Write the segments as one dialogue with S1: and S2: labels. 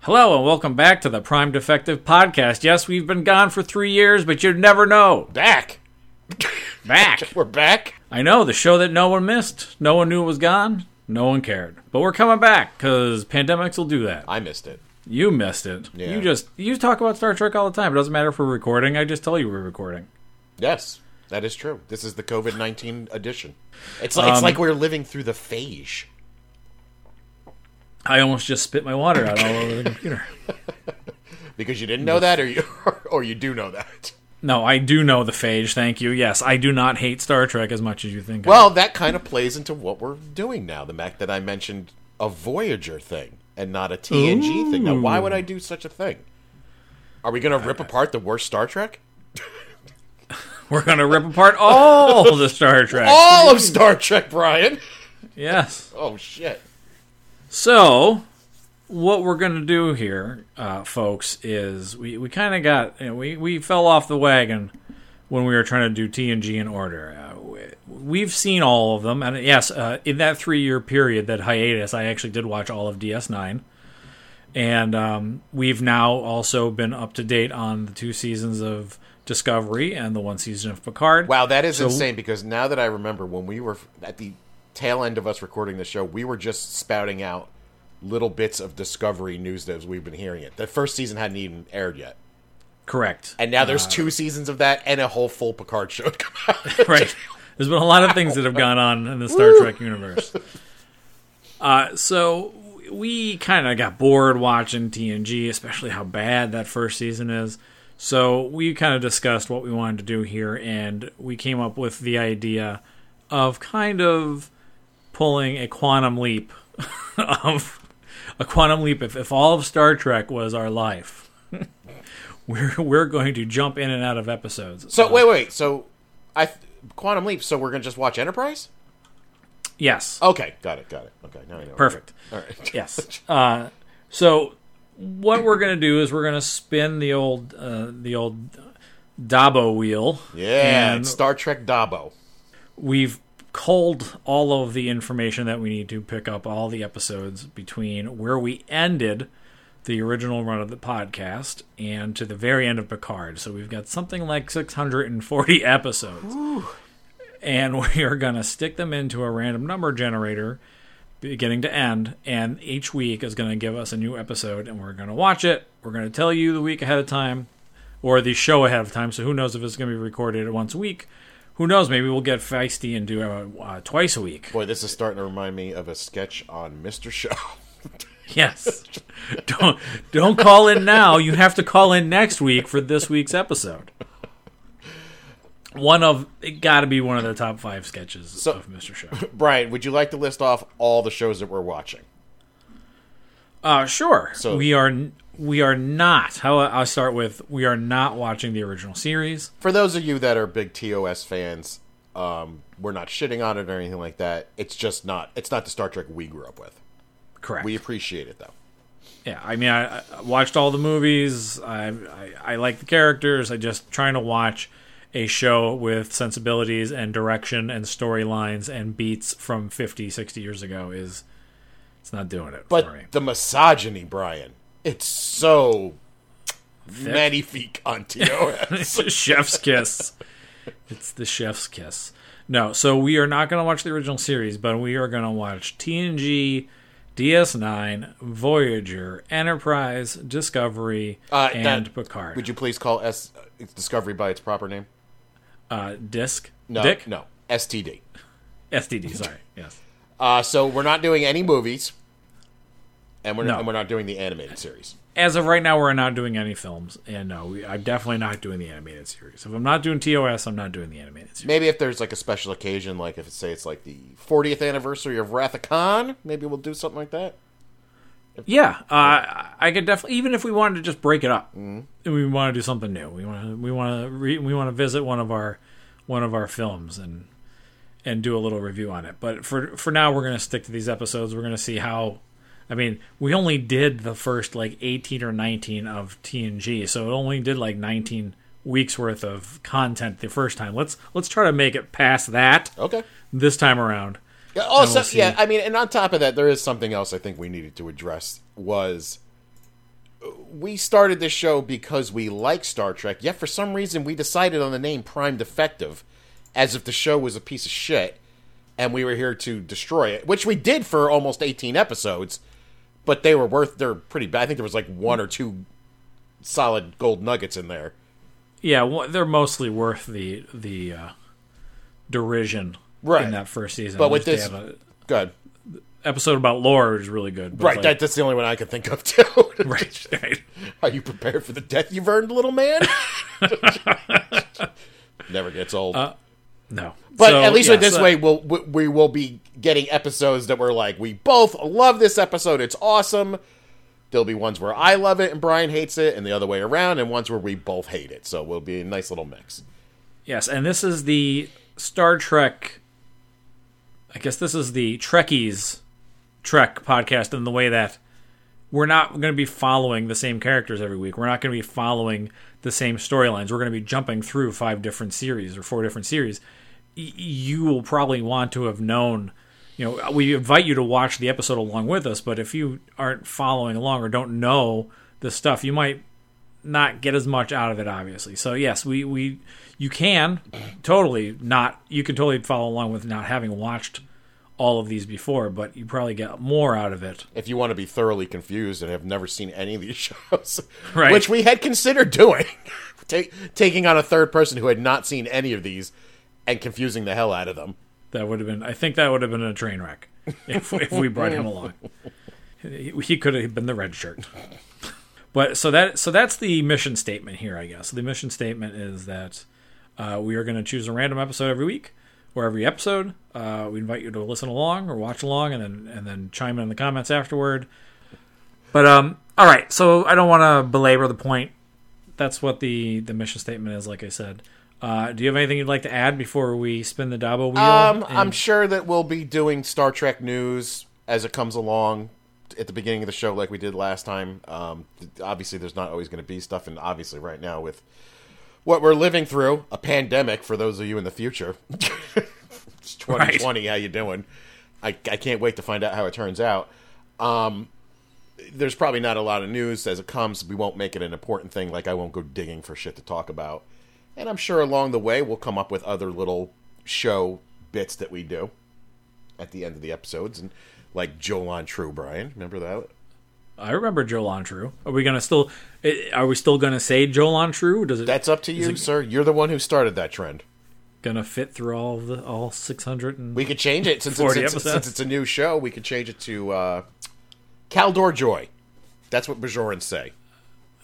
S1: Hello and welcome back to the Prime Defective Podcast. Yes, we've been gone for three years, but you'd never know.
S2: Back.
S1: Back.
S2: We're back.
S1: I know, the show that no one missed. No one knew it was gone. No one cared. But we're coming back because pandemics will do that.
S2: I missed it.
S1: You missed it.
S2: Yeah.
S1: You just, you talk about Star Trek all the time. It doesn't matter if we're recording. I just tell you we're recording.
S2: Yes, that is true. This is the COVID nineteen edition. It's like, it's like we're living through the phage.
S1: I almost just spit my water out all over the computer.
S2: Because you didn't know that, or you or you do know that.
S1: No, I do know the phage. Thank you. Yes, I do not hate Star Trek as much as you think. I
S2: Well, that kind of plays into what we're doing now. The fact that I mentioned a Voyager thing and not a TNG thing. Now, why would I do such a thing? Are we going to rip apart the worst Star Trek?
S1: We're going to rip apart all the Star Trek.
S2: All of Star Trek, Brian.
S1: Yes.
S2: Oh shit.
S1: So, what we're going to do here, uh, folks, is we, we kind of got you know, we we fell off the wagon when we were trying to do T and G in order. Uh, we- we've seen all of them, and yes, uh, in that three year period, that hiatus, I actually did watch all of DS Nine, and um, we've now also been up to date on the two seasons of Discovery and the one season of Picard.
S2: Wow, that is insane because now that I remember when we were at the tail end of us recording the show, we were just spouting out little bits of discovery news that we've been hearing it. The first season hadn't even aired yet.
S1: Correct.
S2: And now
S1: Uh,
S2: there's two seasons of that and a whole full Picard show to come out.
S1: right. There's been a lot of things that have gone on in the Star Trek universe. Uh, so we kind of got bored watching TNG, especially how bad that first season is. So we kind of discussed what we wanted to do here, and we came up with the idea of kind of pulling a quantum leap of a quantum leap. If, if all of Star Trek was our life, we're we're going to jump in and out of episodes.
S2: So wait, wait. So I th- Quantum Leap, so we're going to just watch Enterprise?
S1: yes,
S2: Okay, got it, got it. Okay, now I know.
S1: perfect.
S2: All right.
S1: Yes. Uh, so what we're gonna do is we're gonna spin the old uh, the old Dabo wheel.
S2: Yeah,
S1: And-
S2: it's Star Trek Dabo.
S1: We've culled all of the information that we need to pick up all the episodes between where we ended the original run of the podcast and to the very end of Picard. So we've got something like 640 episodes. And we are going to stick them into a random number generator beginning to end. And each week is going to give us a new episode and we're going to watch it. We're going to tell you the week ahead of time or the show ahead of time. So who knows if it's going to be recorded once a week. Who knows? Maybe we'll get feisty and do uh, uh, twice a week.
S2: Boy, this is starting to remind me of a sketch on Mr. Show.
S1: Yes. don't don't call in now. You have to call in next week for this week's episode. One of it got to be one of the top five sketches of Mr. Show.
S2: Brian, would you like to list off all the shows that we're watching?
S1: Uh, sure.
S2: So-
S1: we are n- we are not. How I'll start with we are not watching the original series.
S2: for those of you that are big TOS fans, um, we're not shitting on it or anything like that. It's just not. It's not the Star Trek we grew up with.
S1: Correct.
S2: We appreciate it though.
S1: yeah. I mean, I, I watched all the movies. I, I I like the characters. I just trying to watch a show with sensibilities and direction and storylines and beats from 50, 60 years ago is it's not doing it.
S2: But
S1: for me.
S2: the misogyny, Brian, it's so many feet on TOS.
S1: chef's kiss. It's the chef's kiss. No, so we are not going to watch the original series, but we are going to watch TNG, DS9, Voyager, Enterprise, Discovery,
S2: Uh,
S1: and
S2: that-
S1: Picard.
S2: Would you please call S Discovery by its proper name?
S1: uh, Disc?
S2: No,
S1: Dick?
S2: no, STD.
S1: STD, sorry. Yes.
S2: Uh, so we're not doing any movies, and we're
S1: No.
S2: and we're not doing the animated series.
S1: As of right now, we're not doing any films, and no, we, I'm definitely not doing the animated series. If I'm not doing TOS, I'm not doing the animated series.
S2: Maybe if there's like a special occasion, like if it's say it's like the 40th anniversary of Wrath of Khan, maybe we'll do something like that.
S1: Yeah, uh, I could definitely. Even if we wanted to just break it up, we want to do something new. We want to we want to re, we want to visit one of our one of our films and and do a little review on it. But for for now, we're going to stick to these episodes. We're going to see how. I mean, we only did the first like eighteen or nineteen of TNG, so it only did like nineteen weeks worth of content the first time. Let's let's try to make it past that
S2: Okay.
S1: this time around.
S2: Yeah, Also,
S1: we'll see.
S2: yeah, I mean, and on top of that, there is something else I think we needed to address was uh, we started this show because we like Star Trek, yet for some reason we decided on the name Prime Defective as if the show was a piece of shit and we were here to destroy it, which we did for almost 18 episodes, but they were worth, they're pretty bad. I think there was like one or two solid gold nuggets in there.
S1: Yeah, well, they're mostly worth the the uh, derision
S2: Right.
S1: in that first season.
S2: But
S1: At
S2: with
S1: least
S2: this,
S1: they have a-
S2: good.
S1: episode about lore is really good. but
S2: Right,
S1: like-
S2: that, that's the only one I could think of, too.
S1: right, right.
S2: Are you prepared for the death you've earned, little man? Never gets old.
S1: No,
S2: But
S1: Uh, So,
S2: at least
S1: yeah,
S2: with this
S1: so-
S2: way, we'll, we we will be getting episodes that we're like, we both love this episode. It's awesome. There'll be ones where I love it and Brian hates it, and the other way around, and ones where we both hate it. So we'll be a nice little mix.
S1: Yes, and this is the Star Trek. I guess this is the Trekkies Trek podcast in the way that we're not going to be following the same characters every week. We're not going to be following the same storylines. We're going to be jumping through five different series or four different series. Y- you will probably want to have known. You know, we invite you to watch the episode along with us, but if you aren't following along or don't know the stuff, you might not get as much out of it obviously so yes we we you can totally not you can totally follow along with not having watched all of these before but you probably get more out of it
S2: If you want to be thoroughly confused and have never seen any of these shows,
S1: Right.
S2: which we had considered doing, take, taking on a third person who had not seen any of these and confusing the hell out of them.
S1: that would have been i think that would have been a train wreck if, if we brought him along he, he could have been the red shirt but so that so that's the mission statement here i guess the mission statement is that uh, we are going to choose a random episode every week or every episode uh, we invite you to listen along or watch along and then and then chime in, in the comments afterward but um all right so i don't want to belabor the point that's what the the mission statement is like i said uh, do you have anything you'd like to add before we spin the dabo wheel?
S2: Um,
S1: and-
S2: I'm sure that we'll be doing Star Trek news as it comes along at the beginning of the show, like we did last time. Um, th- obviously, there's not always going to be stuff, and obviously, right now with what we're living through, a pandemic for those of you in the future. it's 2020. How you doing? I I can't wait to find out how it turns out. Um, there's probably not a lot of news as it comes. We won't make it an important thing. Like I won't go digging for shit to talk about. And I'm sure along the way we'll come up with other little show bits that we do at the end of the episodes. And like Jolan True Brian, remember that?
S1: I remember Joe Lontrue. Are we gonna still? eh, Are we still gonna say Joe Lontrue? Does it
S2: That's up to you, sir. You're the one who started that trend.
S1: gonna fit through all of the all six hundred and
S2: We could change it since
S1: 40
S2: it's, since,
S1: episodes.
S2: since it's a new show. We could change it to uh, Caldor Joy. That's what Bajorans say.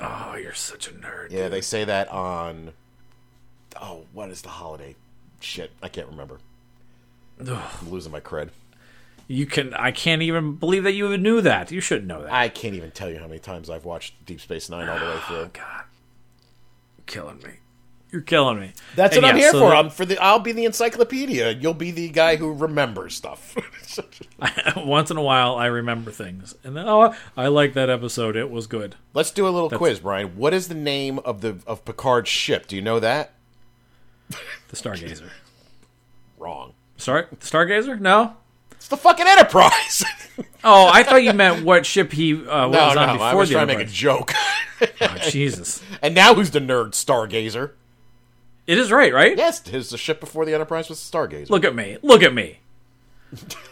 S1: oh, you're such a nerd.
S2: Yeah, they say that on. Oh, what is the holiday? Shit, I can't remember. I'm losing my cred.
S1: You can. I can't even believe that you even knew that. You should know that.
S2: I can't even tell you how many times I've watched Deep Space Nine all the way through.
S1: God, you're killing me. You're killing me.
S2: That's
S1: And
S2: what I'm
S1: yeah,
S2: here
S1: so
S2: for.
S1: that-
S2: I'm for the. I'll be the encyclopedia. You'll be the guy who remembers stuff.
S1: once in a while, I remember things, and then oh, I like that episode. It was good.
S2: Let's do a little quiz, Brian. What is the name of the of Picard's ship? Do you know that?
S1: The Stargazer.
S2: Wrong.
S1: Star Stargazer? No.
S2: It's the fucking Enterprise.
S1: Oh, I thought you meant what ship he uh,
S2: no,
S1: was
S2: no.
S1: on before
S2: I was
S1: the
S2: trying to make a
S1: Enterprise.
S2: joke.
S1: Oh, Jesus,
S2: and now who's the nerd stargazer?
S1: it is right, right?
S2: Yes, his the ship before the Enterprise was the Stargazer.
S1: Look at me. Look at me.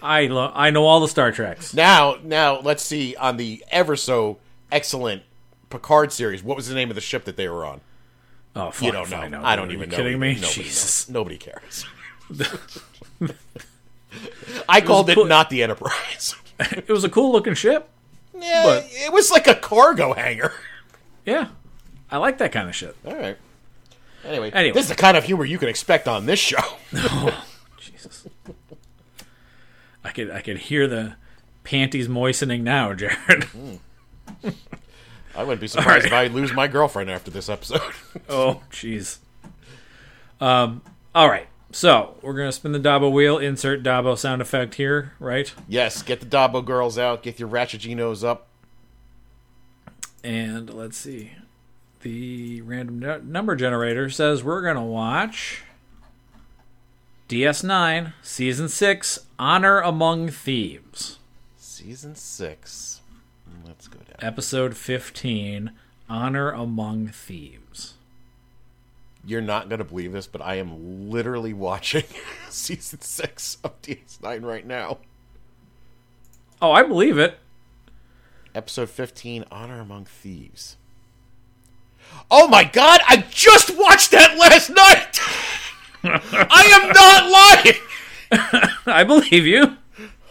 S1: I lo- I know all the Star Treks.
S2: Now, now let's see on the ever so excellent Picard series. What was the name of the ship that they were on?
S1: Oh, fuck,
S2: You don't know.
S1: fine, no,
S2: I don't
S1: are
S2: even
S1: you
S2: know.
S1: Kidding me?
S2: Nobody
S1: Jesus.
S2: knows. Nobody cares. I called it
S1: put-
S2: not the Enterprise.
S1: It was a cool looking ship.
S2: yeah,
S1: But-
S2: it was like a cargo hangar.
S1: Yeah, I like that kind of shit.
S2: All right. Anyway,
S1: Anyway.
S2: this is the kind of humor you can expect on this show.
S1: Jesus. I could I could hear the panties moistening now, Jared.
S2: I wouldn't be surprised if I lose my girlfriend after this episode.
S1: Oh, jeez. Um. All right. So we're gonna spin the Dabo wheel. Insert Dabo sound effect here, right?
S2: yes, get the Dabo girls out. Get your Ratchaginos up.
S1: And let's see. The random nu- number generator says we're going to watch DS9 Season 6 Honor Among Thieves.
S2: Season six. Let's go down.
S1: episode 15 Honor Among Thieves.
S2: You're not going to believe this, but I am literally watching season six of DS9 right now.
S1: Oh, I believe it.
S2: Episode 15 Honor Among Thieves. Oh my god, I just watched that last night! I am not lying!
S1: I believe you.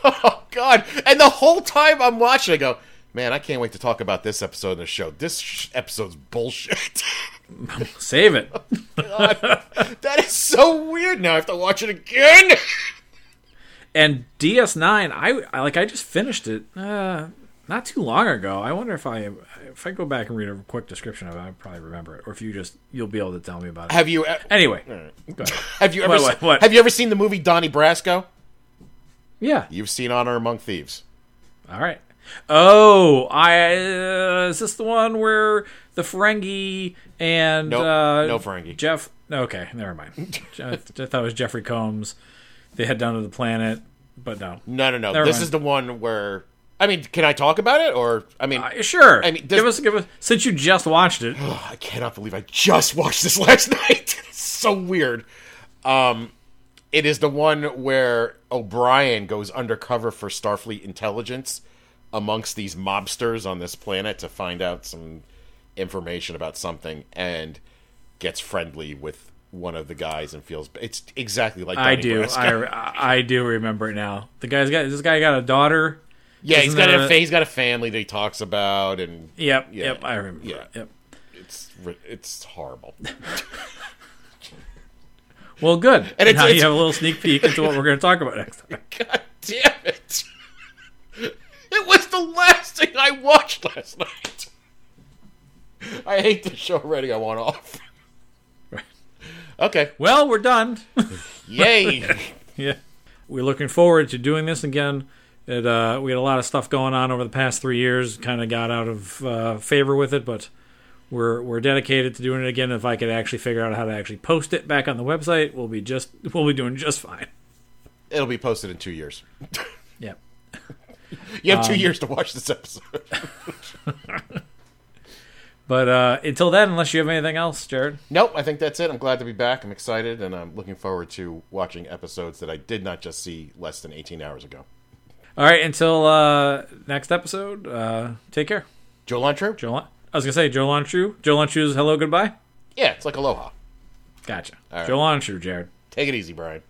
S2: Oh god! And the whole time I'm watching, I go, man, I can't wait to talk about this episode of the show. This sh- episode's bullshit.
S1: Save it.
S2: that is so weird. Now I have to watch it again.
S1: And DS9, I, I like I just finished it uh not too long ago. I wonder if I if I go back and read a quick description of it, I probably remember it or if you just you'll be able to tell me about it.
S2: Have you e,
S1: Anyway. Go ahead.
S2: have you ever
S1: What, what,
S2: se-
S1: what?
S2: have you ever seen the movie Donnie Brasco?
S1: Yeah.
S2: You've seen Honor Among Thieves.
S1: All right. Oh, I uh, is this the one where the Ferengi and
S2: Nope.
S1: uh,
S2: No Ferengi.
S1: Jeff? Okay, never mind. I thought it was Jeffrey Combs. They head down to the planet, but no.
S2: No, no, no.
S1: Never
S2: this
S1: mind.
S2: is the one where I mean, can I talk about it? Or I mean,
S1: Uh, Sure.
S2: I mean,
S1: give us,
S2: does-
S1: give us. Since you just watched it,
S2: I cannot believe I just watched this last night. it's so weird. Um, it is the one where O'Brien goes undercover for Starfleet intelligence amongst these mobsters on this planet to find out some information about something and gets friendly with one of the guys and feels it's exactly like
S1: I
S2: Donnie
S1: do.
S2: Brasco.
S1: I, I I do remember it now. The guy's got this guy got a daughter.
S2: yeah, he's
S1: isn't
S2: got
S1: there
S2: a
S1: a-
S2: fa- he's got a family that he talks about and
S1: Yep.
S2: Yeah.
S1: Yep. I remember.
S2: Yeah.
S1: Yep.
S2: it's ri- it's horrible.
S1: Well, good.
S2: And it's-
S1: now
S2: it's-
S1: you have a little sneak peek into what we're going to talk about next time.
S2: God damn it! It was the last thing I watched last night. I hate the show already. I want off. Okay.
S1: Well, we're done.
S2: Yay.
S1: Yeah. We're looking forward to doing this again. It, uh, we had a lot of stuff going on over the past three years. Kind of got out of uh, favor with it, but we're we're dedicated to doing it again. If I could actually figure out how to actually post it back on the website, we'll be just we'll be doing just fine.
S2: It'll be posted in two years.
S1: Yep.
S2: You have two years to watch this episode.
S1: But uh, until then, unless you have anything else, Jared.
S2: Nope, I think that's it. I'm glad to be back. I'm excited, and I'm looking forward to watching episodes that I did not just see less than 18 hours ago.
S1: All right. Until uh, next episode. Uh, take care,
S2: Joe Lontrue?
S1: Joe. Lon- I was gonna say Joe Lonchu. Joe Lonchu's hello goodbye.
S2: Yeah, it's like Aloha.
S1: Gotcha.
S2: right.
S1: Joe Lonchu, Jared.
S2: Take it easy, Brian.